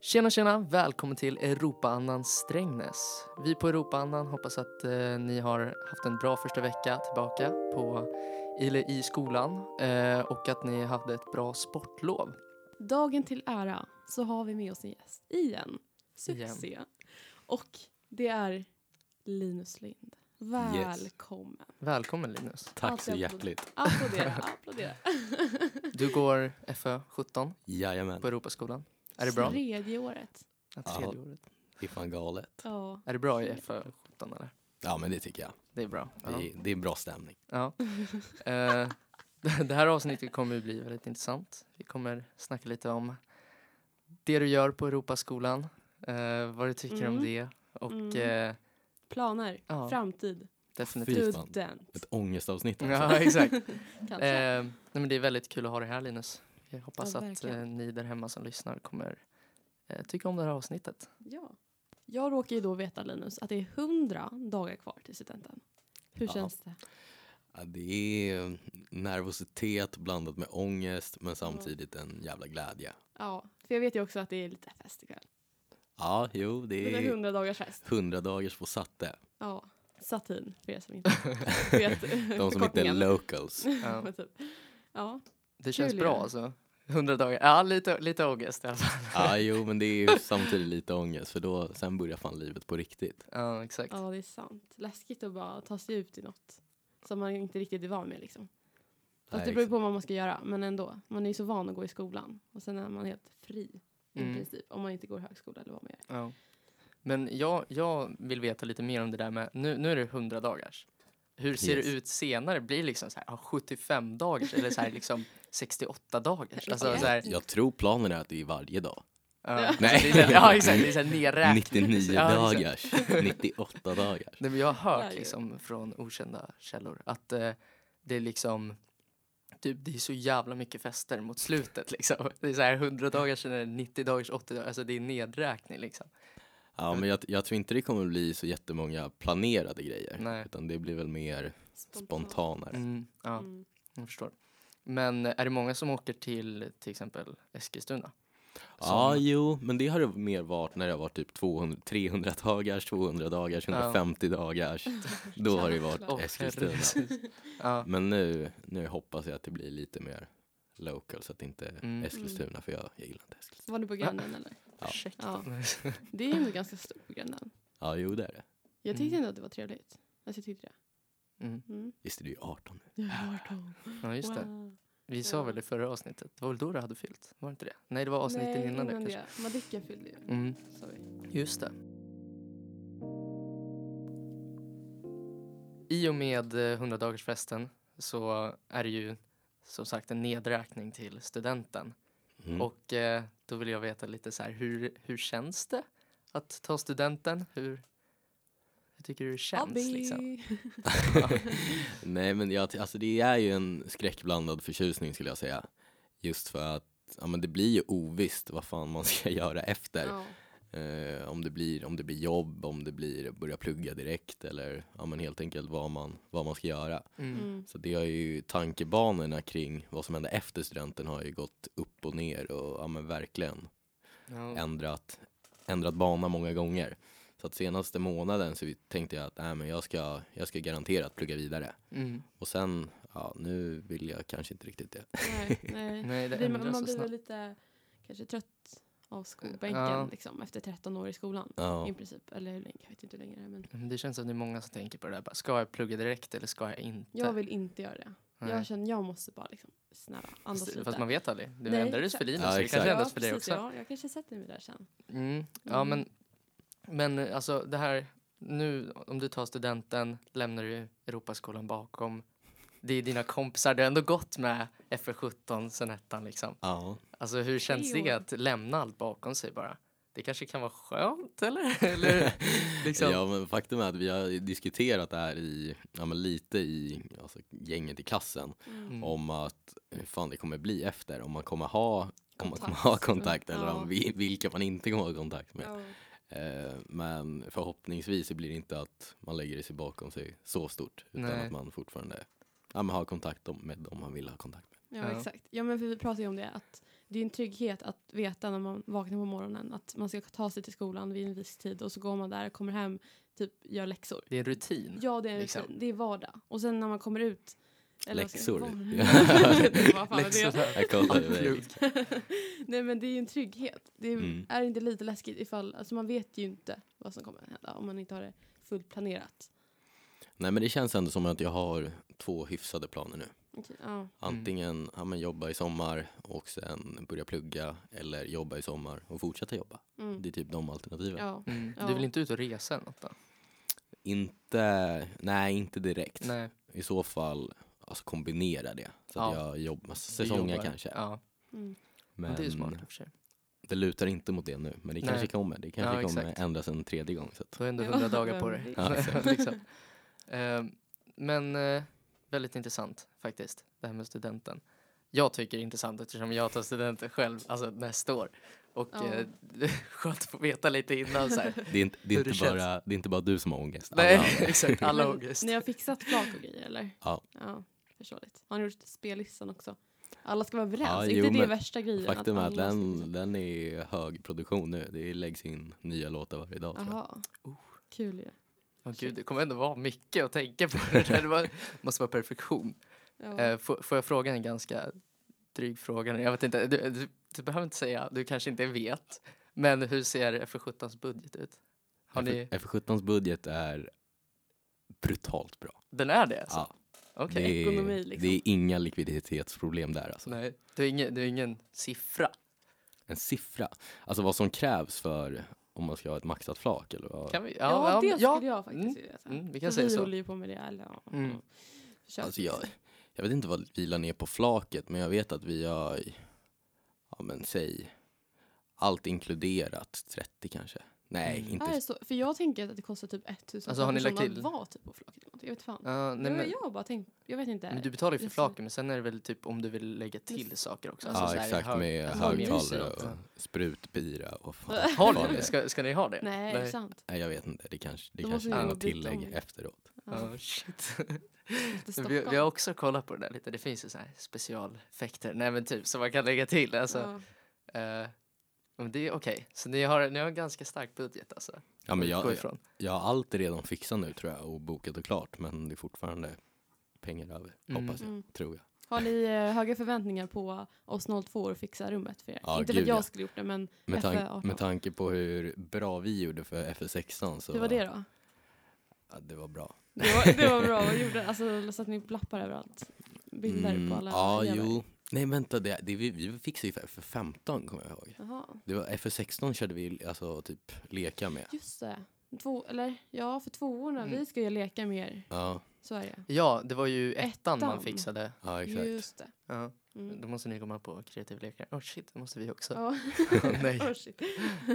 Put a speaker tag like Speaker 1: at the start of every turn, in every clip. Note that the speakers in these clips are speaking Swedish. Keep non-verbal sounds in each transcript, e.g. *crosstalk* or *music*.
Speaker 1: Tjena, tjena! Välkommen till Europaannan Strängnäs. Vi på Europaannan hoppas att eh, ni har haft en bra första vecka tillbaka på, eller i skolan eh, och att ni hade ett bra sportlov.
Speaker 2: Dagen till ära så har vi med oss en gäst igen. Succé. Och det är Linus Lind. Välkommen.
Speaker 1: Välkommen Linus.
Speaker 3: Tack
Speaker 2: Alltid
Speaker 3: så
Speaker 2: applåd.
Speaker 3: hjärtligt.
Speaker 2: Applådera, applådera.
Speaker 1: Du går FÖ 17
Speaker 3: Jajamän.
Speaker 1: på Europaskolan. Är det bra?
Speaker 2: Tredje året.
Speaker 1: Ja,
Speaker 3: Ja.
Speaker 1: tredje året.
Speaker 3: Det är fan galet.
Speaker 2: Ja.
Speaker 1: Är det bra i FÖ 17 eller?
Speaker 3: Ja, men det tycker jag.
Speaker 1: Det är bra. Ja.
Speaker 3: Det är, det är bra stämning.
Speaker 1: Ja. Eh, det här avsnittet kommer ju bli väldigt intressant. Vi kommer snacka lite om det du gör på Europaskolan, eh, vad du tycker om
Speaker 2: Mm.
Speaker 1: det och
Speaker 2: Mm.
Speaker 1: eh,
Speaker 2: Planer,
Speaker 1: Ja.
Speaker 2: framtid,
Speaker 1: definitivt.
Speaker 3: Fy fan.
Speaker 2: student.
Speaker 3: Ett ångestavsnitt. alltså.
Speaker 1: Ja, exakt. Eh,
Speaker 2: *laughs* Kanske.
Speaker 1: nej, men det är väldigt kul att ha dig här Linus. Jag hoppas
Speaker 2: Ja,
Speaker 1: att eh,
Speaker 2: verkligen.
Speaker 1: ni där hemma som lyssnar kommer eh, tycka om det här
Speaker 2: *laughs*
Speaker 1: avsnittet.
Speaker 2: Ja. Jag råkar ju då veta Linus att det är hundra dagar kvar till studenten. Hur
Speaker 3: Ja.
Speaker 2: känns det?
Speaker 3: Ja, det är eh, nervositet blandat med ångest, men samtidigt en jävla glädje.
Speaker 2: Ja, för jag vet ju också att det är lite fest ikväll.
Speaker 3: Ja, jo,
Speaker 2: Det
Speaker 3: det
Speaker 2: är
Speaker 3: är
Speaker 2: hundra dagars fest.
Speaker 3: hundra dagars på satte.
Speaker 2: Ja, satin för er som inte vet *laughs*
Speaker 3: De som inte är
Speaker 2: förkortningen.
Speaker 3: locals.
Speaker 1: Ja.
Speaker 2: Men typ. Ja,
Speaker 1: Det känns
Speaker 2: Kul,
Speaker 1: bra
Speaker 2: ja.
Speaker 1: alltså. 100 dagar. Ja, lite, lite ångest i alla fall.
Speaker 3: Ja, jo, men det är ju samtidigt lite ångest, för då, sen börjar fan livet på riktigt.
Speaker 1: Ja, exakt.
Speaker 2: ja, det är sant. Läskigt att bara ta sig ut i något som man inte riktigt är van med. Liksom. Fast det
Speaker 3: Nej,
Speaker 2: beror ju på vad man ska göra, men ändå. Man är ju så van att gå i skolan och sen är man helt fri i
Speaker 1: Mm.
Speaker 2: princip om man inte går i högskola eller vad man gör.
Speaker 1: Ja. Men jag, jag vill veta lite mer om det där med, nu, nu är det 100 dagars. Hur ser
Speaker 3: Yes.
Speaker 1: det ut senare? Blir det liksom så här, ja, 75 dagars eller så här liksom 68 dagars? Alltså,
Speaker 2: Ja.
Speaker 1: så här,
Speaker 3: Jag tror planen är att det är varje dag.
Speaker 1: ja.
Speaker 3: Nej.
Speaker 1: Det är så här, ja, exakt. Det är så här nerräknat.
Speaker 3: 99
Speaker 1: Ja, exakt.
Speaker 3: dagars, 98 dagars.
Speaker 1: Nej, men jag har hört
Speaker 2: Där ju.
Speaker 1: liksom, från okända källor att eh, det är liksom Typ, det är så jävla mycket fester mot slutet liksom. Det är så här 100 dagars, sen är det 90 dagars, 80 dagars. Alltså det är nedräkning liksom.
Speaker 3: Ja, men jag, jag tror inte det kommer bli så jättemånga planerade grejer.
Speaker 1: Nej.
Speaker 3: Utan det blir väl mer spontanare.
Speaker 1: Mm, ja.
Speaker 2: Mm.
Speaker 1: Jag förstår. Men är det många som åker till till exempel Eskilstuna?
Speaker 3: Ja,
Speaker 1: Som-
Speaker 3: jo, men det har det mer varit när det har varit typ 200, 300 dagars, 200 dagars,
Speaker 1: Ja.
Speaker 3: 150 dagars. Då har det ju varit
Speaker 1: Åh,
Speaker 3: Eskilstuna.
Speaker 1: herregud. ja,
Speaker 3: Men nu, nu hoppas jag att det blir lite mer local så att inte
Speaker 1: Mm.
Speaker 3: Eskilstuna, för jag, jag gillar inte Eskilstuna.
Speaker 2: Var du på
Speaker 1: *laughs*
Speaker 2: grannen eller?
Speaker 3: Ja.
Speaker 1: ursäkta.
Speaker 2: Det är ju ändå ganska stort på grannen.
Speaker 3: Ja, jo det är det.
Speaker 2: Jag tyckte
Speaker 1: Mm.
Speaker 2: ändå att det var trevligt. Alltså jag tyckte det.
Speaker 1: *laughs* Mm.
Speaker 2: Mm.
Speaker 3: Visst är det ju 18 nu?
Speaker 2: Jag har varit hos-
Speaker 1: Ja, just det.
Speaker 2: Wow.
Speaker 1: Vi sa
Speaker 2: Ja.
Speaker 1: väl i förra avsnittet, det var väl då du hade fyllt? Var det inte det? Nej, det var avsnittet
Speaker 2: Nej,
Speaker 1: innan det
Speaker 2: innan
Speaker 1: kanske.
Speaker 2: det. Madicken fyllde ju.
Speaker 1: Mm,
Speaker 2: Sorry.
Speaker 1: just det. I och med eh, 100-dagarsfesten så är det ju som sagt en nedräkning till studenten.
Speaker 3: Mm.
Speaker 1: Och eh, då vill jag veta lite så här, hur, hur känns det att ta studenten? Hur, hur tycker du det känns? Liksom?
Speaker 3: Nej, men jag, alltså det är ju en skräckblandad förtjusning skulle jag säga. Just för att ja, men det blir ju ovisst vad fan man *laughs* ska göra efter.
Speaker 2: Ja.
Speaker 3: Eh, om, det blir, om det blir jobb, om det blir börja plugga direkt eller ja, men helt enkelt vad man, vad man ska göra.
Speaker 1: Mm.
Speaker 2: Mm.
Speaker 3: Så det har ju tankebanorna kring vad som händer efter studenten har ju gått upp och ner och ja, men verkligen
Speaker 1: Ja.
Speaker 3: ändrat, ändrat bana många gånger. Så att senaste månaden så tänkte jag att nej, men jag, ska, jag ska garanterat plugga vidare.
Speaker 1: Mm.
Speaker 3: Och sen, ja, nu vill jag kanske inte riktigt det.
Speaker 2: Nej, nej.
Speaker 1: Nej, det
Speaker 2: Det blir, man
Speaker 1: ändras
Speaker 2: man
Speaker 1: så
Speaker 2: blir väl
Speaker 1: snabbt.
Speaker 2: lite kanske trött av skolbänken
Speaker 1: Ja.
Speaker 2: liksom, efter 13 år i skolan.
Speaker 3: Ja,
Speaker 2: I princip. Eller hur länge, jag vet inte hur länge det är. Men
Speaker 1: Men Mm, Det känns som det är många som tänker på det där. Bara, ska jag plugga direkt eller ska jag inte?
Speaker 2: jag vill inte göra det.
Speaker 1: Nej.
Speaker 2: Jag känner jag måste bara liksom, snälla andas
Speaker 1: Fast,
Speaker 2: lite.
Speaker 1: fast man vet aldrig. Det
Speaker 2: Nej,
Speaker 1: ändrades
Speaker 2: exakt.
Speaker 1: för Linus.
Speaker 3: Ja,
Speaker 1: det
Speaker 3: exakt.
Speaker 1: kanske ändras för dig
Speaker 2: precis,
Speaker 1: också.
Speaker 2: Ja, jag kanske sätter mig där sen.
Speaker 1: Mm. Ja,
Speaker 2: Mm.
Speaker 1: men, men eh, alltså det här nu om du tar studenten lämnar du Europaskolan bakom. Det är dina kompisar du har ändå gått med FR17 sen ettan liksom.
Speaker 3: ja.
Speaker 1: Alltså hur känns
Speaker 2: Tre
Speaker 1: det
Speaker 2: år.
Speaker 1: att lämna allt bakom sig bara? Det kanske kan vara skönt eller? *laughs* eller liksom.
Speaker 3: ja men faktum är att vi har diskuterat det här i, ja, men lite i alltså, gänget i klassen
Speaker 1: Mm.
Speaker 3: om att hur fan det kommer bli efter, om man kommer ha om man
Speaker 2: Kontakt.
Speaker 3: kommer ha kontakt eller
Speaker 2: Ja.
Speaker 3: om vi, vilka man inte kommer ha kontakt med.
Speaker 2: Ja.
Speaker 3: Eh, men förhoppningsvis så blir det inte att man lägger sig bakom sig så stort utan
Speaker 1: Nej.
Speaker 3: att man fortfarande ja, men har kontakt om- med dem man vill ha kontakt med.
Speaker 2: Ja,
Speaker 1: Ja.
Speaker 2: exakt. Ja men för vi pratade ju om det att det är en trygghet att veta när man vaknar på morgonen att man ska ta sig till skolan vid en viss tid och så går man där, kommer hem, typ gör läxor.
Speaker 1: Det är en rutin.
Speaker 2: Ja, det är, en
Speaker 1: Liksom.
Speaker 2: rutin. det är vardag. Och sen när man kommer ut... vad *laughs* ska-
Speaker 3: Läxor. typ.
Speaker 2: var-
Speaker 3: *laughs* Ja. *laughs*
Speaker 2: Det var fan
Speaker 1: Läxor.
Speaker 2: det.
Speaker 3: Jag kollar iväg.
Speaker 1: Outlook.
Speaker 2: *laughs* Nej, men det är ju en trygghet. Det är,
Speaker 3: Mm.
Speaker 2: är det inte lite läskigt ifall... Alltså man vet ju inte vad som kommer att hända om man inte har det fullt planerat.
Speaker 3: Nej men det känns ändå som att jag har två hyfsade planer nu.
Speaker 2: Okej, ja.
Speaker 1: Mm.
Speaker 3: Antingen ja, men jobba i sommar och sen börja plugga eller jobba i sommar och fortsätta jobba.
Speaker 2: Mm.
Speaker 3: Det är typ de alternativen.
Speaker 2: ja.
Speaker 1: Mm.
Speaker 2: Ja.
Speaker 1: Du vill inte ut och resa eller något då?
Speaker 3: Inte, nej inte direkt.
Speaker 1: Nej.
Speaker 3: I så fall alltså kombinera det. Så att
Speaker 1: Ja.
Speaker 3: jag jobbar,
Speaker 1: du
Speaker 3: säsongen
Speaker 1: jobbar.
Speaker 3: kanske.
Speaker 1: Ja,
Speaker 2: Mm.
Speaker 1: men
Speaker 3: Men
Speaker 1: det är ju smart i och för sig.
Speaker 3: det lutar inte mot det nu. Men det
Speaker 1: Nej.
Speaker 3: kanske kommer. Det kanske
Speaker 1: Ja,
Speaker 3: kommer
Speaker 1: exakt.
Speaker 3: ändras en tredje gång. Så att,
Speaker 1: Du har ändå
Speaker 2: Ja,
Speaker 1: hundra dagar
Speaker 2: vem
Speaker 1: på dig.
Speaker 2: vet?
Speaker 3: Ja,
Speaker 1: *laughs*
Speaker 3: exakt.
Speaker 1: liksom. Ehm, men eh, väldigt intressant faktiskt, det här med studenten. Jag tycker det är intressant eftersom jag tar studenten själv alltså, nästa år. Och
Speaker 2: Ja.
Speaker 1: eh, *laughs* skönt att få veta lite innan. Så här.
Speaker 3: det, är inte, det, är
Speaker 1: Hur det
Speaker 3: inte
Speaker 1: känns.
Speaker 3: bara, det är inte bara du som har ångest.
Speaker 1: *laughs*
Speaker 3: alla
Speaker 1: Nej,
Speaker 3: andra.
Speaker 1: exakt. Alla
Speaker 2: Men
Speaker 1: ångest.
Speaker 2: Ni har fixat flak och grejer eller?
Speaker 3: Ja.
Speaker 2: Ja, förståeligt. Har ni gjort spellistan också? Alla ska vara överens,
Speaker 3: Ja,
Speaker 2: inte
Speaker 3: jo,
Speaker 2: det
Speaker 3: men
Speaker 2: värsta grejen.
Speaker 3: Faktum är att
Speaker 2: alla ska
Speaker 3: den,
Speaker 2: liksom-
Speaker 3: den är hög produktion nu. Det läggs in nya låtar varje dag. Tror jag.
Speaker 2: Jaha. liksom- Kul ju.
Speaker 1: Åh, gud, det kommer ändå vara mycket att tänka på. *laughs* Det, där. det var, måste vara perfektion.
Speaker 2: Ja.
Speaker 1: Eh, får, får jag fråga en ganska dryg fråga? nu? Jag vet inte, du, du, du behöver inte säga, du kanske inte vet. Men hur ser F17s budget ut? Har ni,
Speaker 3: F17s budget är brutalt bra.
Speaker 1: den är det? Alltså?
Speaker 3: Ja,
Speaker 1: Okej.
Speaker 3: det, är,
Speaker 2: Ekonomi, liksom.
Speaker 3: det är inga likviditetsproblem där. Alltså.
Speaker 1: Nej, det är ingen, det är ingen siffra.
Speaker 3: En siffra. Alltså vad som krävs för om man ska ha ett maxat flak. Eller vad.
Speaker 1: Kan vi?
Speaker 2: Ja, det
Speaker 1: men-
Speaker 2: skulle jag faktiskt
Speaker 1: Mm.
Speaker 2: vilja säga.
Speaker 1: Mm, vi kan
Speaker 2: För
Speaker 1: säga
Speaker 2: vi
Speaker 1: så.
Speaker 2: håller ju på med det. Eller, ja.
Speaker 1: Mm.
Speaker 2: Försök.
Speaker 3: Alltså jag, jag vet inte vad vi la ner på flaket, men jag vet att vi har, ja men säg, allt inkluderat 30 kanske. Nej,
Speaker 1: Mm.
Speaker 3: inte
Speaker 2: Är det så? För jag tänker att det kostar typ 1000
Speaker 1: Alltså, har ni
Speaker 2: för att
Speaker 1: lagt
Speaker 2: sådana
Speaker 1: till?
Speaker 2: var typ på flaket. eller något. Jag vet fan.
Speaker 1: Ja, nej,
Speaker 2: men,
Speaker 1: men,
Speaker 2: jag har bara tänkt, jag vet inte.
Speaker 1: men du betalar ju för
Speaker 2: Jag ser-
Speaker 1: flaken, men sen är det väl typ om du vill lägga till saker också.
Speaker 3: Ja
Speaker 1: Alltså, så här,
Speaker 3: exakt,
Speaker 1: hör-
Speaker 3: med
Speaker 2: alltså,
Speaker 3: högtalare
Speaker 1: mysigt.
Speaker 3: och sprutbira och fan,
Speaker 1: *laughs* Har
Speaker 3: fan
Speaker 1: ni
Speaker 3: det
Speaker 1: det?
Speaker 3: är.
Speaker 1: Ska, ska ni ha det?
Speaker 2: Nej, är det sant?
Speaker 3: Nej jag vet inte, det kanske, det
Speaker 2: Då
Speaker 3: kanske
Speaker 2: måste
Speaker 3: är
Speaker 1: vi
Speaker 3: något
Speaker 2: nog byta
Speaker 3: tillägg
Speaker 2: om.
Speaker 3: efteråt.
Speaker 1: Ja, Oh, shit.
Speaker 2: Efter
Speaker 1: Vi,
Speaker 2: Stockholm.
Speaker 1: vi har också kollat på det där lite. Det finns ju så här specialeffekter, nej men typ som man kan lägga till. Alltså,
Speaker 2: Ja.
Speaker 1: eh, men det är okej, så ni har, ni har en ganska stark budget alltså.
Speaker 3: Ja men
Speaker 1: att utgå
Speaker 3: jag,
Speaker 1: ifrån.
Speaker 3: jag har allt redan fixat nu tror jag och bokat och klart men det är fortfarande pengar över,
Speaker 1: Mm.
Speaker 3: hoppas jag,
Speaker 2: Mm.
Speaker 3: tror jag.
Speaker 2: Har ni eh, höga förväntningar på oss 02 och fixa rummet för er?
Speaker 3: Ja,
Speaker 2: inte för
Speaker 3: gud,
Speaker 2: att jag
Speaker 3: ja.
Speaker 2: skulle gjort det, men
Speaker 3: Med,
Speaker 2: FE18.
Speaker 3: tan- med tanke på hur bra vi gjorde för FS16 så
Speaker 2: det var det då?
Speaker 3: Ja, det var bra.
Speaker 2: Det var, det var bra. Vad gjorde alltså, så att ni blappar överallt? Bilder
Speaker 3: Mm,
Speaker 2: på alla
Speaker 3: Ja,
Speaker 2: elever.
Speaker 3: jo. Nej vänta, det, det, vi, vi fixade ju för FF15 kommer jag ihåg.
Speaker 2: Jaha.
Speaker 3: Det var FF16 körde vi alltså typ leka med.
Speaker 2: Just det. Två, eller ja, för tvåorna.
Speaker 1: Mm.
Speaker 2: Vi ska ju leka mer
Speaker 3: Ja,
Speaker 2: Sverige.
Speaker 1: Ja, det var ju ettan, man
Speaker 2: Ettan.
Speaker 1: fixade.
Speaker 3: ja exakt.
Speaker 2: Just det.
Speaker 1: Ja.
Speaker 2: Mm.
Speaker 1: Då måste ni komma på kreativ lekar. Åh shit, det måste vi också.
Speaker 2: Ja.
Speaker 3: *laughs*
Speaker 1: Åh, *laughs* nej.
Speaker 2: *laughs* Oh, shit.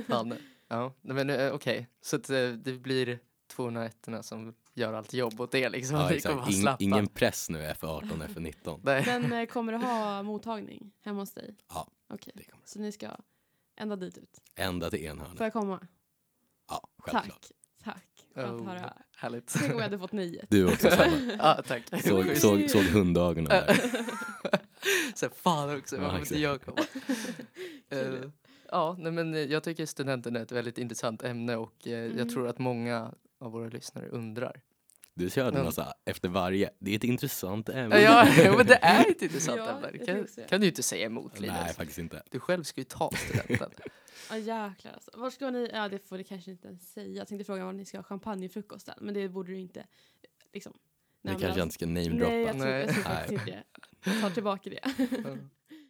Speaker 1: Fan. Ja, nej, men eh, okej. Så att, eh, det blir 201 som gör allt jobb åt er liksom.
Speaker 3: Ja,
Speaker 1: *laughs* Ni kommer
Speaker 3: exakt.
Speaker 1: vara
Speaker 3: In,
Speaker 1: slappa.
Speaker 3: ingen press nu FF18, FF19.
Speaker 1: Nej.
Speaker 2: Men eh, kommer du ha mottagning hemma hos dig?
Speaker 3: Ja,
Speaker 2: Okej,
Speaker 3: det kommer.
Speaker 2: så ni ska ända dit ut.
Speaker 3: Ända till enhörnan.
Speaker 2: Får jag komma?
Speaker 3: Ja, självklart.
Speaker 2: Tack. Tack. Skönt
Speaker 1: Oh,
Speaker 2: att höra. *laughs*
Speaker 1: härligt.
Speaker 2: Tänk om jag hade fått nöjet.
Speaker 3: Du också Sanna.
Speaker 2: *laughs*
Speaker 1: Ja, tack.
Speaker 3: Såg,
Speaker 2: Schysst.
Speaker 3: såg, såg hundögonen där.
Speaker 1: *laughs* Så här, fan också,
Speaker 3: Ja,
Speaker 1: varför inte
Speaker 3: exakt.
Speaker 1: jag komma?
Speaker 2: *laughs*
Speaker 1: *laughs*
Speaker 2: Kul.
Speaker 1: Eh, ja, nej, men eh, jag tycker studenten är ett väldigt intressant ämne och eh,
Speaker 2: Mm.
Speaker 1: jag tror att många av våra lyssnare undrar.
Speaker 3: Du körde
Speaker 1: Ja.
Speaker 3: den alltså efter varje. Det är ett intressant ämne.
Speaker 1: Ja, *laughs* men det är
Speaker 2: *laughs*
Speaker 1: ett intressant
Speaker 2: Ja,
Speaker 1: ämne.
Speaker 2: jag
Speaker 1: Kan,
Speaker 2: tycker också.
Speaker 1: kan du ju inte säga emot
Speaker 3: *laughs* Nej,
Speaker 1: Linus.
Speaker 3: faktiskt inte.
Speaker 1: Du själv ska ju ta studenten.
Speaker 2: *laughs* Ja jäklar alltså. Var ska ni, ja det får du kanske inte ens säga. Jag tänkte fråga om ni ska ha champagnefrukost där, men det borde du inte liksom.
Speaker 3: Det
Speaker 2: nämna.
Speaker 3: kanske jag inte ska
Speaker 2: alltså, Nej, jag
Speaker 3: namedroppa.
Speaker 2: tror, jag tror
Speaker 3: Nej.
Speaker 2: faktiskt inte det. Jag tar tillbaka det.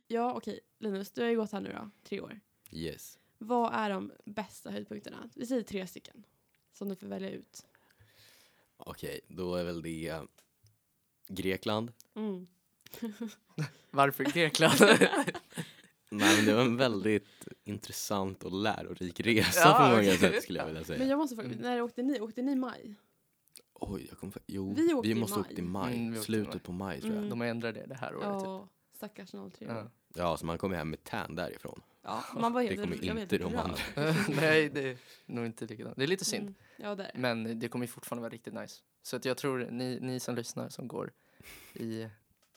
Speaker 2: Ja okej, Linus, du har ju gått här nu då, tre år.
Speaker 3: Yes.
Speaker 2: Vad är de bästa höjdpunkterna? Vi säger tre stycken som du får välja ut.
Speaker 3: Okej, då är väl det eh, Grekland.
Speaker 2: Mm.
Speaker 1: Varför Grekland?
Speaker 2: *laughs*
Speaker 3: Nej, men det var en väldigt intressant och lärorik resa
Speaker 1: Ja,
Speaker 3: på många
Speaker 1: okej.
Speaker 3: sätt skulle jag vilja säga.
Speaker 2: Men jag måste fråga,
Speaker 1: Mm.
Speaker 2: när åkte ni? Åkte ni i maj?
Speaker 3: Oj, jag kom för... Jo,
Speaker 2: Vi
Speaker 3: vi,
Speaker 2: åkte i
Speaker 3: måste
Speaker 2: maj.
Speaker 3: upp till maj.
Speaker 1: Mm, vi åkte i maj.
Speaker 3: Slutet på maj tror jag.
Speaker 2: Mm.
Speaker 1: De ändrar det det här året. Typ.
Speaker 2: Ja, stackars 03.
Speaker 1: Ja.
Speaker 3: Ja, så man kommer hem med tan därifrån.
Speaker 2: Ja, man var
Speaker 3: Det
Speaker 2: helt
Speaker 3: kommer
Speaker 2: jag var
Speaker 3: inte
Speaker 2: helt
Speaker 3: de
Speaker 2: rörd.
Speaker 3: andra.
Speaker 1: *laughs* Nej, det är nog inte likadant. Det är lite synd.
Speaker 2: Mm. Ja, där.
Speaker 1: Men det kommer ju fortfarande vara riktigt nice. Så att jag tror ni, ni som lyssnar som går i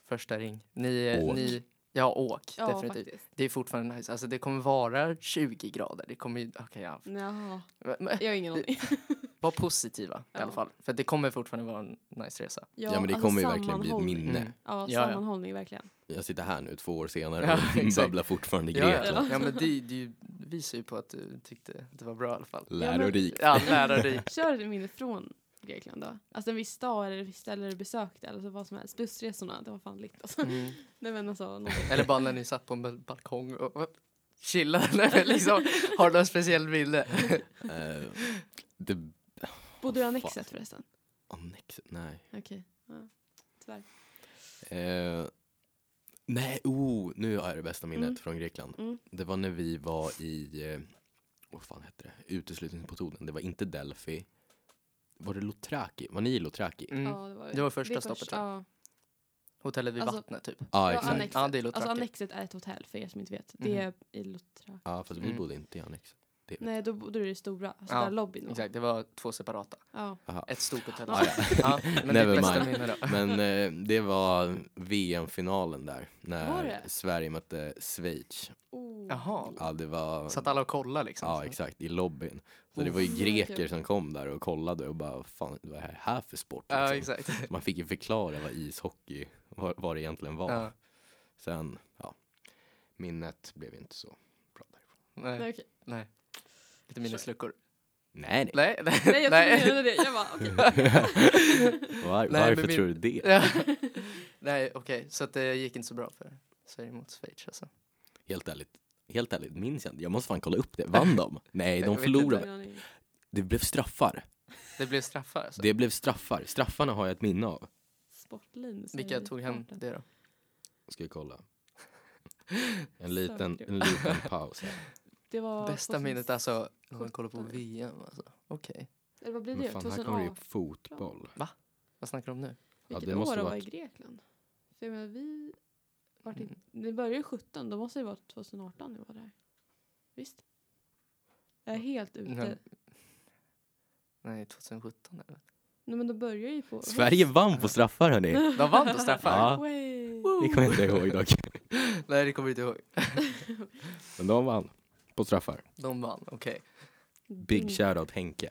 Speaker 1: första ring, ni,
Speaker 3: Åk.
Speaker 1: ni, Ja, åk.
Speaker 2: Ja,
Speaker 1: definitivt.
Speaker 2: faktiskt.
Speaker 1: Det är fortfarande nice. Alltså, det kommer vara 20 grader. Det kommer ju... Okej, ja.
Speaker 2: Jaha,
Speaker 1: Men- men-
Speaker 2: jag har ingen aning.
Speaker 1: Var positiva i
Speaker 2: Ja.
Speaker 1: alla fall. För det kommer fortfarande vara en nice resa.
Speaker 3: Ja, men det kommer ju verkligen bli ett
Speaker 2: sammanhållning.
Speaker 3: minne.
Speaker 1: Mm.
Speaker 2: alltså, Ja,
Speaker 1: Ja, ja.
Speaker 2: sammanhållning verkligen.
Speaker 3: Jag sitter här nu två år senare
Speaker 1: Ja, *laughs*
Speaker 3: och
Speaker 1: exakt.
Speaker 3: babblar fortfarande
Speaker 1: Ja, ja.
Speaker 3: Grekland.
Speaker 1: ja, men det, det visar ju på att du tyckte att det var bra i alla fall.
Speaker 3: Lärorikt.
Speaker 1: Ja, lärorik.
Speaker 2: *laughs* Kör ett minne från Grekland då. Alltså en viss stad eller ett visst ställe du besökte. Alltså vad som helst. Bussresorna, det var fan likt alltså. *laughs*
Speaker 1: Mm.
Speaker 2: Nej men alltså, någonting.
Speaker 1: Eller bara när ni satt på en balkong och och chillade. *laughs* eller liksom, har du någon speciell bild?
Speaker 3: Eh, det...
Speaker 2: Bodde du i
Speaker 3: Fan.
Speaker 2: Annexet förresten?
Speaker 3: Annex? Nej.
Speaker 2: Okej. Ja. Tyvärr.
Speaker 3: Eh, nej, oh, nu har jag det bästa minnet
Speaker 2: Mm.
Speaker 3: från Grekland.
Speaker 2: Mm.
Speaker 3: Det var när vi var i, eh, vad fan hette det, uteslutningsmetoden. Det var inte Delphi. Var det Lotraki? Var ni i Lotraki?
Speaker 1: Mm.
Speaker 2: Ja, det var
Speaker 1: Det var första
Speaker 2: är
Speaker 1: stoppet, tror jag.
Speaker 2: Ja.
Speaker 1: Hotellet vid
Speaker 2: Alltså-
Speaker 1: vattnet typ.
Speaker 3: Ja,
Speaker 2: Ja,
Speaker 3: exakt.
Speaker 2: Annex.
Speaker 1: Ja, det är
Speaker 2: Alltså
Speaker 1: Lotraki.
Speaker 2: Annexet är ett hotell för er som inte vet.
Speaker 1: Mhm.
Speaker 2: Det är i Luttra.
Speaker 3: Ja, fast vi
Speaker 1: Mm.
Speaker 3: bodde inte i Annex. Det vet
Speaker 2: Nej, då bodde du i det stora. Alltså
Speaker 1: Ja,
Speaker 2: där lobbyn var.
Speaker 1: Exakt, det var två separata.
Speaker 2: Ja.
Speaker 1: Ett stort hotell.
Speaker 2: Ja.
Speaker 1: *laughs* Ja, men det
Speaker 3: Never
Speaker 1: är bästa
Speaker 3: mind.
Speaker 1: minne då.
Speaker 3: jag. Men eh, det var VM-finalen där.
Speaker 2: Var
Speaker 3: När
Speaker 2: det?
Speaker 3: Sverige mötte Schweiz.
Speaker 2: Oh.
Speaker 1: Jaha.
Speaker 3: Ja, det var...
Speaker 1: Satt alla och kollade liksom?
Speaker 3: Ja, exakt. I lobbyn. Så det
Speaker 1: Oh.
Speaker 3: var ju
Speaker 2: Mm,
Speaker 3: greker
Speaker 2: kul.
Speaker 3: som kom där och kollade och bara, "Vad fan, vad är det här för sport?
Speaker 1: Ja,
Speaker 3: liksom?"
Speaker 1: exakt.
Speaker 3: Man fick ju förklara vad ishockey, vad, vad det egentligen var.
Speaker 1: Ja.
Speaker 3: Sen, ja, minnet blev ju inte så bra därifrån.
Speaker 1: Nej,
Speaker 2: Nej, okej.
Speaker 1: nej. Lite minnesluckor.
Speaker 3: Nej, nej.
Speaker 1: Nej, nej. *laughs*
Speaker 2: Nej, jag trodde du menade det. Jag bara, okej.
Speaker 3: Var,
Speaker 1: Nej,
Speaker 3: varför
Speaker 1: men min-
Speaker 3: tror du det?
Speaker 1: *laughs*
Speaker 2: *laughs*
Speaker 1: Ja. Nej, okej. Så att det gick inte så bra för Sverige mot Schweiz alltså.
Speaker 3: Helt ärligt, helt ärligt minns jag inte. Jag måste fan kolla upp det. Vann de? Nej,
Speaker 1: Jag
Speaker 3: de
Speaker 1: vet
Speaker 2: Jag har
Speaker 3: förlorade.
Speaker 2: ingen aning.
Speaker 3: Det blev straffar.
Speaker 1: Det blev straffar alltså.
Speaker 3: Det blev straffar. Straffarna har jag ett minne av.
Speaker 2: Sportlinus.
Speaker 1: Vilka tog hem det då?
Speaker 3: Ska jag kolla. En liten, en liten paus. här.
Speaker 2: Det var
Speaker 1: Bästa
Speaker 2: 2000
Speaker 1: minnet alltså, när man kollar på
Speaker 2: 17.
Speaker 1: VM alltså. Okej.
Speaker 2: Eller vad blir
Speaker 3: Men
Speaker 2: det?
Speaker 3: fan, här kommer det
Speaker 2: 2000
Speaker 3: upp fotboll.
Speaker 1: Vad snackar du om nu?
Speaker 3: Ja,
Speaker 2: Vilket
Speaker 3: det måste
Speaker 2: år de
Speaker 3: ha
Speaker 2: var i
Speaker 3: varit-
Speaker 2: Grekland? För jag menar, vi... Vart i,
Speaker 1: Mm.
Speaker 2: det började 17, då måste det vara 2018 vi var där. Visst? Jag är helt ute.
Speaker 1: Nej.
Speaker 2: Nej,
Speaker 1: Nej, 2017
Speaker 2: *laughs*
Speaker 1: eller?
Speaker 2: men då börjar ju på...
Speaker 3: Sverige vann på straffar hörni.
Speaker 1: De vann på straffar?
Speaker 3: Ja.
Speaker 2: Way.
Speaker 3: Det kommer jag inte ihåg dock.
Speaker 1: Nej, det kommer jag inte ihåg.
Speaker 3: Men de vann på straffar.
Speaker 1: De vann, okej.
Speaker 2: Mm.
Speaker 3: Big shoutout Henke.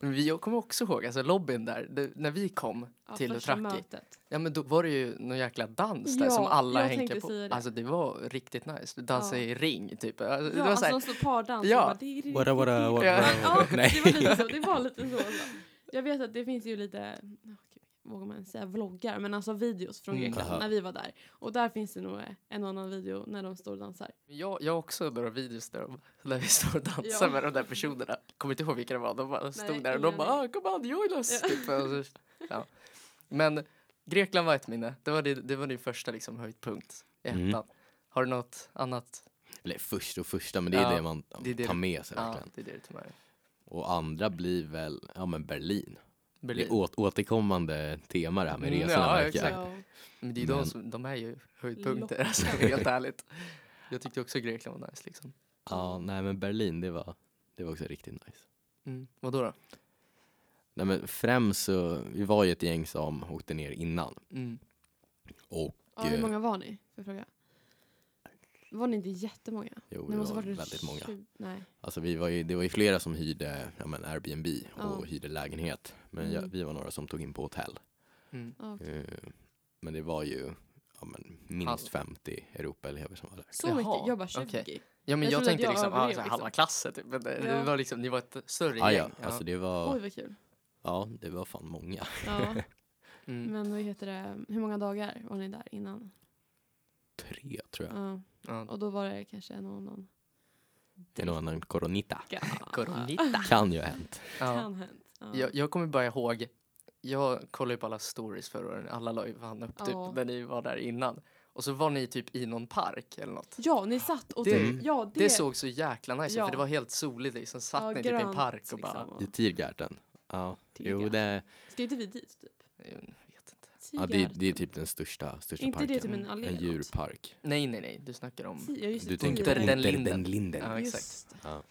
Speaker 1: Men vi, jag kommer också ihåg, alltså lobbyn där, det, när vi kom
Speaker 2: Ja,
Speaker 1: till
Speaker 2: första
Speaker 1: Utraki.
Speaker 2: mötet.
Speaker 1: Ja men då var det ju någon jäkla dans där
Speaker 2: Ja,
Speaker 1: som alla
Speaker 2: jag
Speaker 1: hängde
Speaker 2: tänkte
Speaker 1: på.
Speaker 2: säga det.
Speaker 1: Alltså det var riktigt nice. Dansa
Speaker 2: Ja.
Speaker 1: i ring typ. Alltså, det var
Speaker 2: Ja,
Speaker 1: så
Speaker 2: alltså
Speaker 1: här,
Speaker 2: de står pardans.
Speaker 1: Ja.
Speaker 2: och bara, "Dirr, dirr,
Speaker 3: Wada,
Speaker 2: dirr,
Speaker 3: wada,
Speaker 2: dirr."
Speaker 3: wada,
Speaker 1: Ja.
Speaker 3: wada,
Speaker 2: Ja,
Speaker 3: wada.
Speaker 2: det var lite så. Det var lite
Speaker 3: *laughs*
Speaker 2: så. alltså. Jag vet att det finns ju lite, ja, gud, vågar man säga vloggar, men alltså videos från
Speaker 1: Mm.
Speaker 2: Grekland
Speaker 3: Aha.
Speaker 2: när vi var där. Och där finns det nog eh, en annan video när de står och dansar.
Speaker 1: jag, jag har också några videos där, de, där vi står och dansar
Speaker 2: Ja.
Speaker 1: med de där personerna. Kommer inte ihåg vilka det var. De bara stod
Speaker 2: Nej,
Speaker 1: där och de
Speaker 2: ingen
Speaker 1: bara
Speaker 2: aning.
Speaker 1: ah, “Come on, join us!”
Speaker 2: Ja.
Speaker 1: typ. alltså, ja. Men Grekland var ett minne. Det var, det, det var din första liksom, höjdpunkt i
Speaker 3: Mm.
Speaker 1: ettan. Har du något annat?
Speaker 3: Eller första och första, men det är
Speaker 1: Ja,
Speaker 3: det man
Speaker 1: det är det
Speaker 3: tar
Speaker 1: du-
Speaker 3: med sig
Speaker 1: Ja,
Speaker 3: verkligen.
Speaker 1: det är det du tar med dig.
Speaker 3: Och andra blir väl, ja men Berlin. Det
Speaker 1: Berlin.
Speaker 3: är åt, återkommande tema det här med
Speaker 1: Mm,
Speaker 3: resorna
Speaker 1: ja,
Speaker 3: märker jag.
Speaker 1: exakt.
Speaker 2: Ja.
Speaker 1: Men det är ju de,
Speaker 3: Men-
Speaker 1: som, de är ju höjdpunkter,
Speaker 2: Lockar.
Speaker 1: alltså, helt ärligt. Jag tyckte också Grekland var nice liksom.
Speaker 3: Ja, nej men Berlin det var, det var också riktigt nice.
Speaker 1: Mm. Vadå då?
Speaker 3: Nej men främst så, vi var ju ett gäng som åkte ner innan.
Speaker 1: Mm.
Speaker 3: Och
Speaker 2: Ja, hur
Speaker 3: eh,
Speaker 2: många var ni? Får jag fråga? Var ni inte jättemånga?
Speaker 3: jo,
Speaker 2: Ni
Speaker 3: det
Speaker 2: måste
Speaker 3: var
Speaker 2: ha varit
Speaker 3: väldigt många.
Speaker 2: 20 Nej.
Speaker 3: Alltså vi var ju, det var ju flera som hyrde ja, men Airbnb och
Speaker 2: Ja.
Speaker 3: hyrde lägenhet. Men jag,
Speaker 2: Mm.
Speaker 3: vi var några som tog in på hotell.
Speaker 1: Mm.
Speaker 2: Ja.
Speaker 3: Eh, men det var ju ja, men minst 50 Europa-elever som var där.
Speaker 2: Så
Speaker 1: Jaha,
Speaker 2: mycket? Jag bara 20.
Speaker 1: okej. Ja, men
Speaker 2: Jag
Speaker 1: jag,
Speaker 2: trodde att
Speaker 1: tänkte
Speaker 2: jag
Speaker 1: liksom, ah,
Speaker 2: överdrev,
Speaker 1: så här,
Speaker 2: liksom.
Speaker 1: halva klassen typ. Men det, det
Speaker 2: Ja.
Speaker 1: var liksom, ni var ett större
Speaker 3: Ah, ja,
Speaker 1: gäng. Ja.
Speaker 3: alltså det var,
Speaker 2: Oj, vad kul.
Speaker 3: ja det var fan många. *laughs*
Speaker 2: Ja.
Speaker 1: Mm.
Speaker 2: Men vad heter det, hur många dagar var ni där innan?
Speaker 3: Tre tror jag.
Speaker 2: Ja.
Speaker 1: Ja.
Speaker 2: Och då var det kanske en och annan.
Speaker 3: En och annan coronita.
Speaker 1: Coronita.
Speaker 3: Kan ju ha hänt.
Speaker 1: Ja.
Speaker 2: Kan hänt. Ja.
Speaker 1: Jag, jag kommer bara ihåg, jag kollade ju på alla stories förra året, alla la ju fan upp
Speaker 2: Ja.
Speaker 1: typ när ni var där innan. Och så var ni typ i någon park eller något.
Speaker 2: Ja, ni satt och
Speaker 1: Det-
Speaker 2: typ, ja det,
Speaker 1: Det, såg så jäkla nice ut
Speaker 2: Ja.
Speaker 1: för det var helt soligt liksom. Satt
Speaker 2: ja,
Speaker 1: ni typ i en
Speaker 2: grönt,
Speaker 1: park och bara,
Speaker 2: liksom.
Speaker 3: I Tiergarten. Ja. Jo,
Speaker 2: Tiergarten.
Speaker 3: det,
Speaker 2: Ska inte vi dit typ? liksom.
Speaker 1: jag vet inte.
Speaker 3: ja, det, det är typ den största, största
Speaker 2: inte det
Speaker 3: parken.
Speaker 2: typ en allé?
Speaker 3: en
Speaker 2: eller något?
Speaker 3: djurpark.
Speaker 1: Nej, nej, nej, du snackar om.
Speaker 2: Ti- Ja, just
Speaker 3: Du
Speaker 2: det,
Speaker 3: tänker
Speaker 1: Under
Speaker 2: Tiergarten.
Speaker 1: den
Speaker 3: under
Speaker 1: linden.
Speaker 3: linden.
Speaker 1: Ja,
Speaker 2: Just
Speaker 1: exakt.
Speaker 2: det.
Speaker 3: Ja.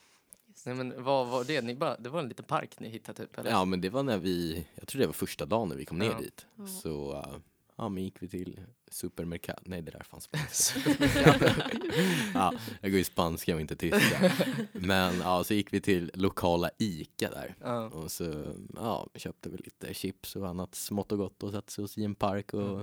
Speaker 2: Just
Speaker 1: Nej
Speaker 2: det.
Speaker 1: men vad var det? Ni bara, det var en liten park ni hittade typ eller?
Speaker 3: Ja men det var när vi, jag tror det var första dagen när vi kom ner
Speaker 1: Ja.
Speaker 3: dit.
Speaker 2: Ja.
Speaker 3: Så eh, ja, men gick vi till supermerkat. Nej, det där fanns på ja, Jag går ju spanska och inte tyska. Men ja, så gick vi till lokala Ica där.
Speaker 1: Ja.
Speaker 3: Och så ja, köpte vi lite chips och annat smått och gott och satte oss i en park och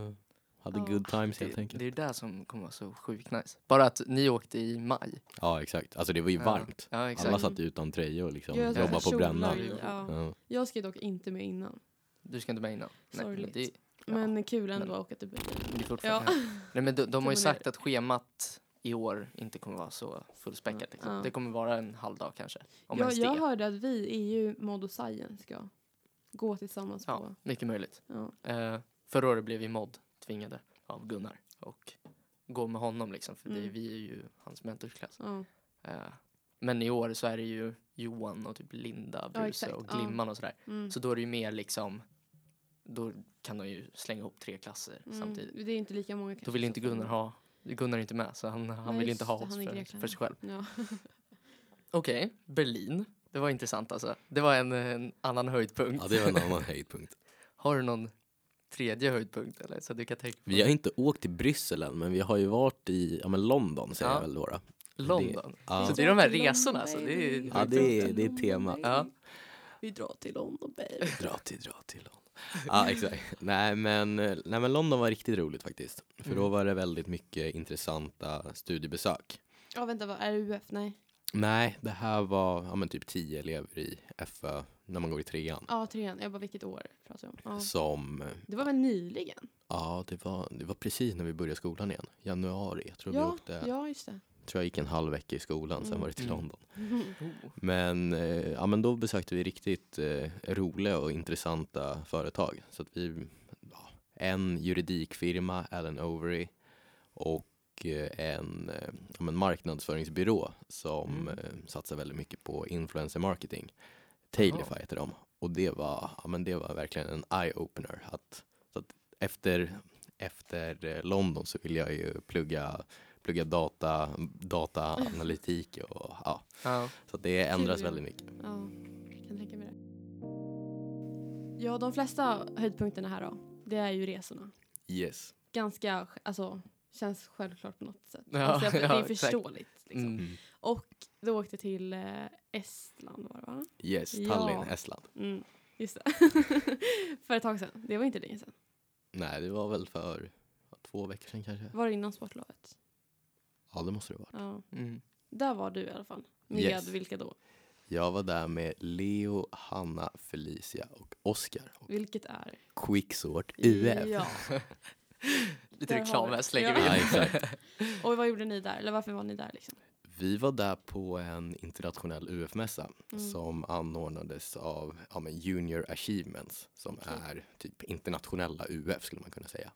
Speaker 3: hade
Speaker 2: Ja.
Speaker 3: good times helt
Speaker 1: Det, det
Speaker 3: enkelt.
Speaker 1: är det som kommer vara så sjukt nice. Bara att ni åkte i maj.
Speaker 3: Ja, exakt. Alltså det var ju
Speaker 1: Ja.
Speaker 3: varmt.
Speaker 1: Ja,
Speaker 3: Alla
Speaker 1: exakt.
Speaker 3: satt utan tröjor och liksom
Speaker 2: Jag hade
Speaker 3: jobbade på
Speaker 2: kjolar
Speaker 3: brännan.
Speaker 2: i, Ja.
Speaker 3: Ja.
Speaker 2: Jag ska dock inte med innan.
Speaker 1: Du ska inte med innan. men
Speaker 2: Sorgligt.
Speaker 1: det, Ja.
Speaker 2: Men kul ändå
Speaker 1: Men-
Speaker 2: att åka till byn.
Speaker 1: det är
Speaker 2: Ja.
Speaker 1: fortfarande... *laughs* Nej, men de, de har ju
Speaker 2: Kan man
Speaker 1: sagt att schemat i år inte kommer vara så fullspäckat. Liksom.
Speaker 2: Ja.
Speaker 1: Det kommer vara en halv dag kanske. Om
Speaker 2: Jag,
Speaker 1: ens
Speaker 2: jag
Speaker 1: det.
Speaker 2: hörde att vi i EU Mod och Science ska gå tillsammans
Speaker 1: Ja.
Speaker 2: på...
Speaker 1: Mycket möjligt.
Speaker 2: Ja.
Speaker 1: Eh, förra året blev vi mod tvingade av Gunnar och gå med honom liksom för det,
Speaker 2: Mm.
Speaker 1: vi är ju hans mentorsklass.
Speaker 2: Ja.
Speaker 1: Eh, men i år så är det ju Johan och typ Linda, Bruse
Speaker 2: exakt.
Speaker 1: och
Speaker 2: Ja.
Speaker 1: Glimman och sådär.
Speaker 2: Mm.
Speaker 1: Så då är det ju mer liksom, då kan de ju slänga ihop tre klasser
Speaker 2: Mm.
Speaker 1: samtidigt.
Speaker 2: Det är inte lika många kanske.
Speaker 1: Då vill
Speaker 2: så
Speaker 1: inte
Speaker 2: att de-
Speaker 1: Gunnar ha, Gunnar är inte med så han, han
Speaker 2: Nej,
Speaker 1: vill
Speaker 2: just
Speaker 1: inte ha
Speaker 2: det,
Speaker 1: oss
Speaker 2: han är i
Speaker 1: för,
Speaker 2: Grekland.
Speaker 1: för sig själv.
Speaker 2: Ja. *laughs*
Speaker 1: Okej, Berlin. Det var intressant alltså. Det var en, en annan höjdpunkt.
Speaker 3: ja, det var en annan höjdpunkt.
Speaker 1: *laughs* Har du någon tredje höjdpunkt eller så du kan tänka på?
Speaker 3: Vi har inte åkt till Bryssel än, men vi har ju varit i ja, men London säger
Speaker 1: Ja.
Speaker 3: jag väl då. då.
Speaker 1: London.
Speaker 3: Ja.
Speaker 1: Så det är de här resorna, alltså. Det är-
Speaker 3: Ja, det är- det är tema.
Speaker 1: Ja.
Speaker 2: Vi drar till London baby.
Speaker 3: *laughs* Dra till, dra till London. Ja, exakt. Nej men, eh, nej, men London var riktigt roligt faktiskt. För då
Speaker 1: Mm.
Speaker 3: var det väldigt mycket intressanta studiebesök.
Speaker 2: Ja vänta, vad är UF? Nej.
Speaker 3: Nej, det här var ja, men typ tio elever i FÖ när man går i trean.
Speaker 2: Ja, trean. Jag bara, vilket år pratar jag om? Ja.
Speaker 3: Som, eh,
Speaker 2: Det var väl nyligen?
Speaker 3: ja det var, det var precis när vi började skolan igen. Januari. Jag tror vi
Speaker 2: Ja,
Speaker 3: åkte,
Speaker 2: ja just *laughs* det.
Speaker 3: tror jag gick en halv vecka i skolan, sen
Speaker 2: Mm.
Speaker 3: var det till
Speaker 1: Mm.
Speaker 3: London.
Speaker 1: Oh.
Speaker 3: Men, eh, ja, men då besökte vi riktigt eh, roliga och intressanta företag. Så att vi, ja, en juridikfirma, Allen Overy, och eh, en eh, ja, men marknadsföringsbyrå som
Speaker 1: Mm.
Speaker 3: eh, satsar väldigt mycket på influencer marketing. Tailify heter de. Och det var, ja, men det var verkligen en eye-opener. Att, så att efter, efter eh, London så vill jag ju plugga, plugga data, dataanalytik och ja,
Speaker 1: Ja.
Speaker 3: så att det ändras
Speaker 2: Kul.
Speaker 3: väldigt mycket.
Speaker 2: Ja, jag kan tänka mig det. Ja, de flesta höjdpunkterna här då, det är ju resorna.
Speaker 3: Yes.
Speaker 2: Ganska, alltså, känns självklart på något sätt.
Speaker 1: Ja,
Speaker 2: alltså, jag- det
Speaker 1: ja,
Speaker 2: är
Speaker 1: exakt.
Speaker 2: förståeligt. Liksom.
Speaker 1: Mm.
Speaker 2: Och då åkte jag till eh, Estland var det va?
Speaker 3: Yes,
Speaker 2: Ja.
Speaker 3: Tallinn, Estland.
Speaker 2: Mm, just
Speaker 1: *laughs*
Speaker 2: det. för ett tag sedan. Det var inte länge sedan.
Speaker 3: Nej, det var väl för ja, två veckor sedan kanske.
Speaker 2: Var det innan sportlovet?
Speaker 3: Ja, det måste det vara.
Speaker 2: Ja.
Speaker 1: Mm.
Speaker 2: Där var du i alla fall. Med
Speaker 3: Yes.
Speaker 2: vilka då?
Speaker 3: Jag var där med Leo, Hanna, Felicia och Oscar. Och
Speaker 2: Vilket är?
Speaker 3: Quicksort UF.
Speaker 2: Ja.
Speaker 1: Lite
Speaker 2: Där har
Speaker 1: reklam
Speaker 2: vi
Speaker 1: här
Speaker 2: det.
Speaker 1: slänger vi
Speaker 3: Ja,
Speaker 1: in.
Speaker 3: exakt.
Speaker 2: Och vad gjorde ni där? Eller varför var ni där liksom?
Speaker 3: Vi var där på en internationell UF-mässa
Speaker 2: Mm.
Speaker 3: som anordnades av ja, men Junior Achievements som
Speaker 2: Okej.
Speaker 3: är typ internationella UF skulle man kunna säga.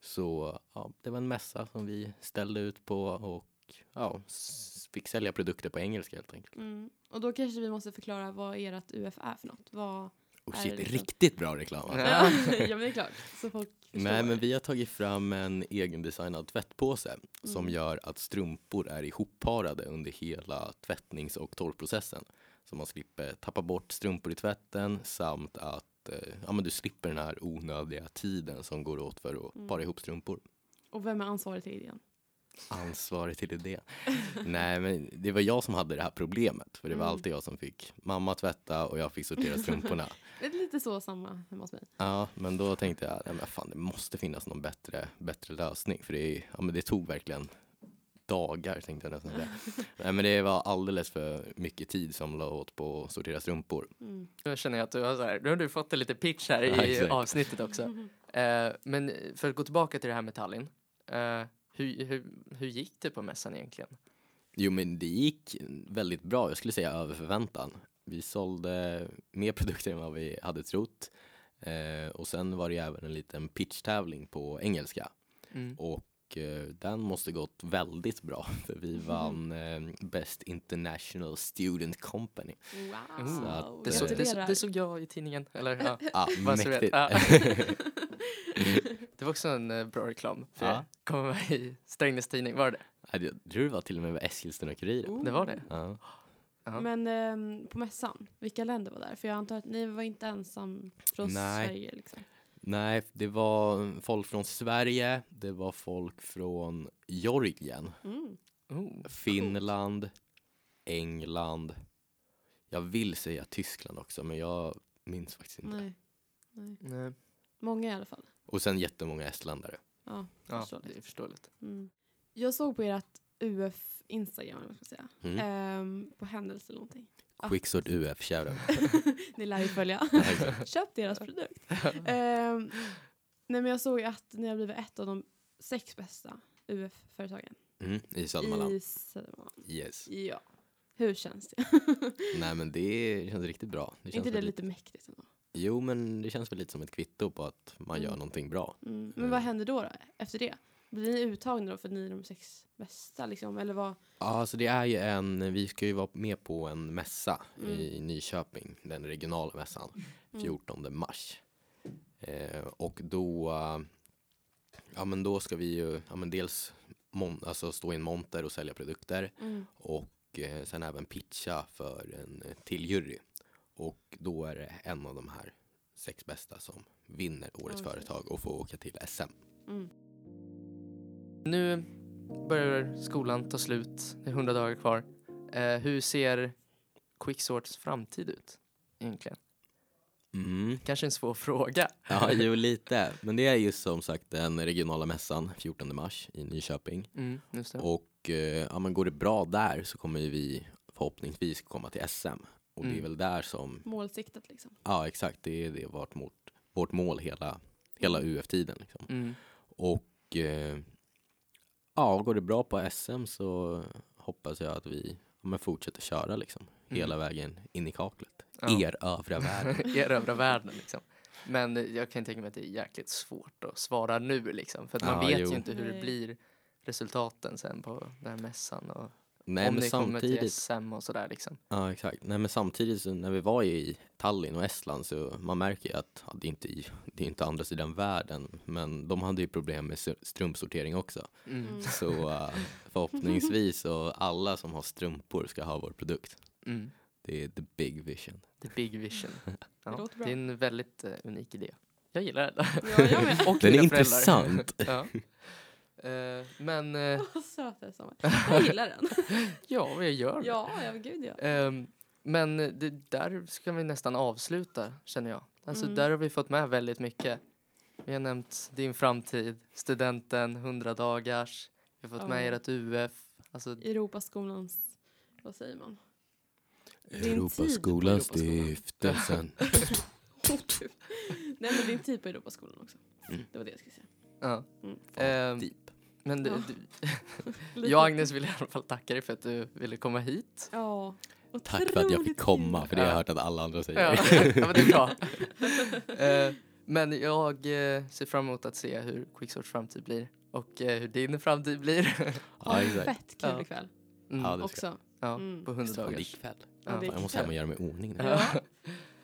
Speaker 3: Så ja, det var en mässa som vi ställde ut på och ja, s- fick sälja produkter på engelska helt enkelt.
Speaker 2: Mm. Och då kanske vi måste förklara vad ert UF är för något. Vad...
Speaker 3: Och
Speaker 2: Är
Speaker 3: shit,
Speaker 2: det liksom-
Speaker 3: riktigt bra reklam.
Speaker 1: *laughs*
Speaker 3: alltså.
Speaker 1: Ja.
Speaker 2: Ja. men det är klart. Så folk förstår.
Speaker 3: Nej, men vi har tagit fram en egendesignad tvättpåse som
Speaker 2: Mm.
Speaker 3: gör att strumpor är ihopparade under hela tvättnings och torrprocessen. Så man slipper tappa bort strumpor i tvätten samt att eh, ja, men du slipper den här onödiga tiden som går åt för att
Speaker 2: Mm.
Speaker 3: para ihop strumpor.
Speaker 2: Och vem är ansvarig till idén?
Speaker 3: Ansvarig till
Speaker 2: *laughs*
Speaker 3: det. Nej, men det var jag som hade det här problemet. För det var
Speaker 2: Mm.
Speaker 3: alltid jag som fick mamma tvätta och jag
Speaker 2: *laughs*
Speaker 3: fick sortera strumporna.
Speaker 2: Det är lite så samma hemma hos mig.
Speaker 3: Ja, men då tänkte jag, nej, men fan, det måste finnas någon bättre, bättre lösning. För det, är- ja, men det tog verkligen dagar, tänkte jag nästan säga. nej, men det var alldeles för mycket tid som la åt på att sortera strumpor.
Speaker 2: Mm.
Speaker 1: Nu känner jag att du har, så här, nu har du fått en liten pitch här
Speaker 3: Ja,
Speaker 1: i
Speaker 3: exakt.
Speaker 1: avsnittet också. Eh, men för att gå tillbaka till det här med Tallinn. Eh, hur, hur, hur gick det på mässan egentligen?
Speaker 3: Jo, men det gick väldigt bra. Jag skulle säga över förväntan. Vi sålde mer *laughs* produkter än vad vi hade trott. Eh, och sen var det ju även en liten pitchtävling på engelska.
Speaker 1: Mm.
Speaker 3: Och eh, den måste gått väldigt bra. För vi vann eh, Best International Student Company.
Speaker 2: Wow.
Speaker 1: Så
Speaker 3: att,
Speaker 1: Det,
Speaker 3: eh,
Speaker 1: så, det, så-
Speaker 2: Gratulerar.
Speaker 1: det såg jag i tidningen. Eller, ja.
Speaker 3: Ja,
Speaker 1: *laughs* Bara så
Speaker 3: mäktigt.
Speaker 1: Ja.
Speaker 3: *laughs*
Speaker 1: det var också en eh, bra reklam. För
Speaker 3: Ja.
Speaker 1: det Kommer med i Strängnäs tidning, var det
Speaker 3: Jag tror det var till och med Eskilstuna-Kuriren.
Speaker 1: det? var det.
Speaker 3: Ja.
Speaker 1: Ja.
Speaker 2: Men ehm, på mässan, vilka länder var där? För jag antar att ni var inte ensam från
Speaker 3: Nej.
Speaker 2: Sverige. Liksom.
Speaker 3: Nej, det var folk från Sverige, det var folk från Georgien,
Speaker 2: Mm.
Speaker 1: Oh.
Speaker 3: Finland, England. Jag vill säga Tyskland också, men jag minns faktiskt inte.
Speaker 2: Nej.
Speaker 1: Nej.
Speaker 2: Många i alla fall.
Speaker 3: Och sen jättemånga estländare.
Speaker 2: Ja,
Speaker 1: Ja,
Speaker 2: förståeligt.
Speaker 1: det är förståeligt.
Speaker 2: Mm. Jag såg på ert UF Instagram, eller vad jag ska säga.
Speaker 3: Mm.
Speaker 2: Ehm, på händelse eller någonting. Ah.
Speaker 3: Quicksort UF, shoutout.
Speaker 2: Ni lär ju
Speaker 3: *laughs*
Speaker 2: följa. *laughs* Köp deras produkt. Ehm, nej men jag såg att ni har blivit ett av de sex bästa UF-företagen
Speaker 3: Mm, I Södermanland.
Speaker 2: i Södermalm.
Speaker 3: Yes.
Speaker 2: Ja. Hur känns det?
Speaker 3: Nej men det känns riktigt bra. Det
Speaker 2: Är
Speaker 3: känns
Speaker 2: inte det
Speaker 3: väl
Speaker 2: lite mäktigt ändå?
Speaker 3: Jo men det känns väl lite som ett kvitto på att man gör
Speaker 2: Mm.
Speaker 3: någonting bra.
Speaker 2: Mm. Men
Speaker 3: Mm.
Speaker 2: vad händer då, då efter det? Blir ni uttagna då för att ni är de sex bästa liksom? Eller vad?
Speaker 3: Ja så det är ju en, vi ska ju vara med på en mässa
Speaker 2: Mm.
Speaker 3: i Nyköping, den regionala mässan,
Speaker 2: Mm.
Speaker 3: 14 mars. Eh, och då, eh, ja men då ska vi ju, ja men dels mon- alltså stå i en monter och sälja produkter
Speaker 2: Mm.
Speaker 3: och eh, sen även pitcha för en eh, till jury. Och då är det en av de här sex bästa som vinner årets
Speaker 2: Okej.
Speaker 3: företag och får åka till SM.
Speaker 2: Mm.
Speaker 1: Nu börjar skolan ta slut. Det är 100 dagar kvar. Eh, hur ser Quicksorts framtid ut egentligen?
Speaker 3: Mm.
Speaker 1: Kanske en svår *laughs* fråga.
Speaker 3: Ja, jo lite. Men det är ju som sagt den regionala mässan 14 mars i Nyköping.
Speaker 1: Mm, just det.
Speaker 3: Och eh, ja, men går det bra där så kommer ju vi förhoppningsvis komma till SM. Och det är
Speaker 1: Mm.
Speaker 3: väl där som,
Speaker 2: Målsiktet liksom. *laughs*
Speaker 3: ja exakt, det är det vart vårt, vårt mål hela, hela UF-tiden. Liksom.
Speaker 1: Mm.
Speaker 3: Och eh, ja, går det bra på SM så hoppas jag att vi ja, men fortsätter köra liksom. Hela vägen in i kaklet.
Speaker 1: Mm. Ja.
Speaker 3: Er övriga värld.
Speaker 1: *laughs* erövra världen. Liksom. Men eh, jag kan tänka mig att det är jäkligt svårt att svara nu. Liksom, för att man
Speaker 3: Ja,
Speaker 1: vet
Speaker 3: jo.
Speaker 1: ju inte hur det
Speaker 2: Nej.
Speaker 1: blir resultaten sen på den här mässan. Och
Speaker 3: Nej,
Speaker 1: om
Speaker 3: men
Speaker 1: ni kommer till
Speaker 3: samtidigt.
Speaker 1: SM och sådär. Liksom.
Speaker 3: Ja, exakt. Nej, men samtidigt så när vi var i Tallinn och Estland så man märker ju att ja, det, är inte, i- det är inte andra sidan världen, men de hade ju problem med str- strumpsortering också.
Speaker 1: Mm.
Speaker 2: Mm.
Speaker 1: Mm. *laughs*
Speaker 3: Så eh, förhoppningsvis och alla som har strumpor ska ha vår produkt.
Speaker 1: Mm.
Speaker 3: Det är the big vision.
Speaker 1: The big
Speaker 3: *laughs*
Speaker 1: vision.
Speaker 2: Det
Speaker 1: Ja,
Speaker 2: låter
Speaker 1: det
Speaker 2: bra.
Speaker 1: är en väldigt eh, unik idé. Jag gillar den.
Speaker 2: Ja,
Speaker 1: *laughs* Och
Speaker 2: jag med.
Speaker 3: Den är
Speaker 1: mina föräldrar.
Speaker 3: intressant.
Speaker 1: *laughs* ja. Eh, men eh,
Speaker 2: Vad söt jag är,
Speaker 3: *laughs*
Speaker 2: Samuel. Jag gillar den. *laughs*
Speaker 1: ja, vad jag gör det.
Speaker 2: Ja, ja gud ja.
Speaker 1: Ehm, men det, där ska vi nästan avsluta, känner jag. Alltså,
Speaker 2: Mm.
Speaker 1: Där har vi fått med väldigt mycket. Vi har nämnt din framtid, studenten, 100 dagars. Vi har fått med
Speaker 2: Ja.
Speaker 1: ert UF. Alltså,
Speaker 2: Europaskolans, vad säger man? Din tid på
Speaker 3: Europaskolan
Speaker 2: Europaskolan. *laughs*
Speaker 1: *laughs*
Speaker 3: stiftelsen.
Speaker 2: Typ. Nej men din tid på Europaskolan också.
Speaker 3: Mm.
Speaker 2: Det var det jag skulle säga.
Speaker 1: ja.
Speaker 2: Mm.
Speaker 1: Ehm,
Speaker 3: deep.
Speaker 1: men du,
Speaker 2: Ja.
Speaker 1: du,
Speaker 2: Lite-
Speaker 1: jag och Agnes vill i alla fall tacka dig för att du ville komma hit.
Speaker 2: Ja.
Speaker 3: Tack för att jag fick
Speaker 2: otroligt
Speaker 3: komma,
Speaker 2: kul.
Speaker 3: för det har jag
Speaker 1: Ja.
Speaker 3: hört att alla andra
Speaker 1: *laughs*
Speaker 3: säger.
Speaker 1: Ja, ja men det är bra. Ehm, men jag eh, ser fram emot att se hur Quicksorts framtid blir och eh, hur din framtid blir.
Speaker 3: Ja,
Speaker 2: Ja,
Speaker 3: exakt.
Speaker 2: fett kul
Speaker 1: Ja.
Speaker 2: ikväll
Speaker 1: Mm,
Speaker 3: Ja, det ska
Speaker 2: också.
Speaker 1: ja,
Speaker 2: Mm.
Speaker 1: på 100
Speaker 3: jag.
Speaker 1: dagars.
Speaker 3: Ikväll.
Speaker 2: Ja, det är
Speaker 3: Jag måste
Speaker 2: kul.
Speaker 3: hem och göra mig i ordning nu.
Speaker 2: Ja.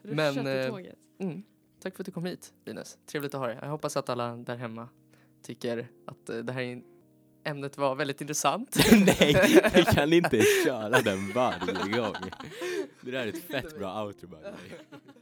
Speaker 1: Men,
Speaker 2: Ruscha till
Speaker 1: eh,
Speaker 2: tåget.
Speaker 1: *laughs* Mm. Tack för att du kom hit, Linus. Trevligt att ha dig. Jag hoppas att alla där hemma tycker att eh, det här in- ämnet var väldigt intressant.
Speaker 3: *laughs* Nej, vi
Speaker 1: *laughs*
Speaker 3: kan inte köra den varje gång. Det där är ett fett bra outro by the way.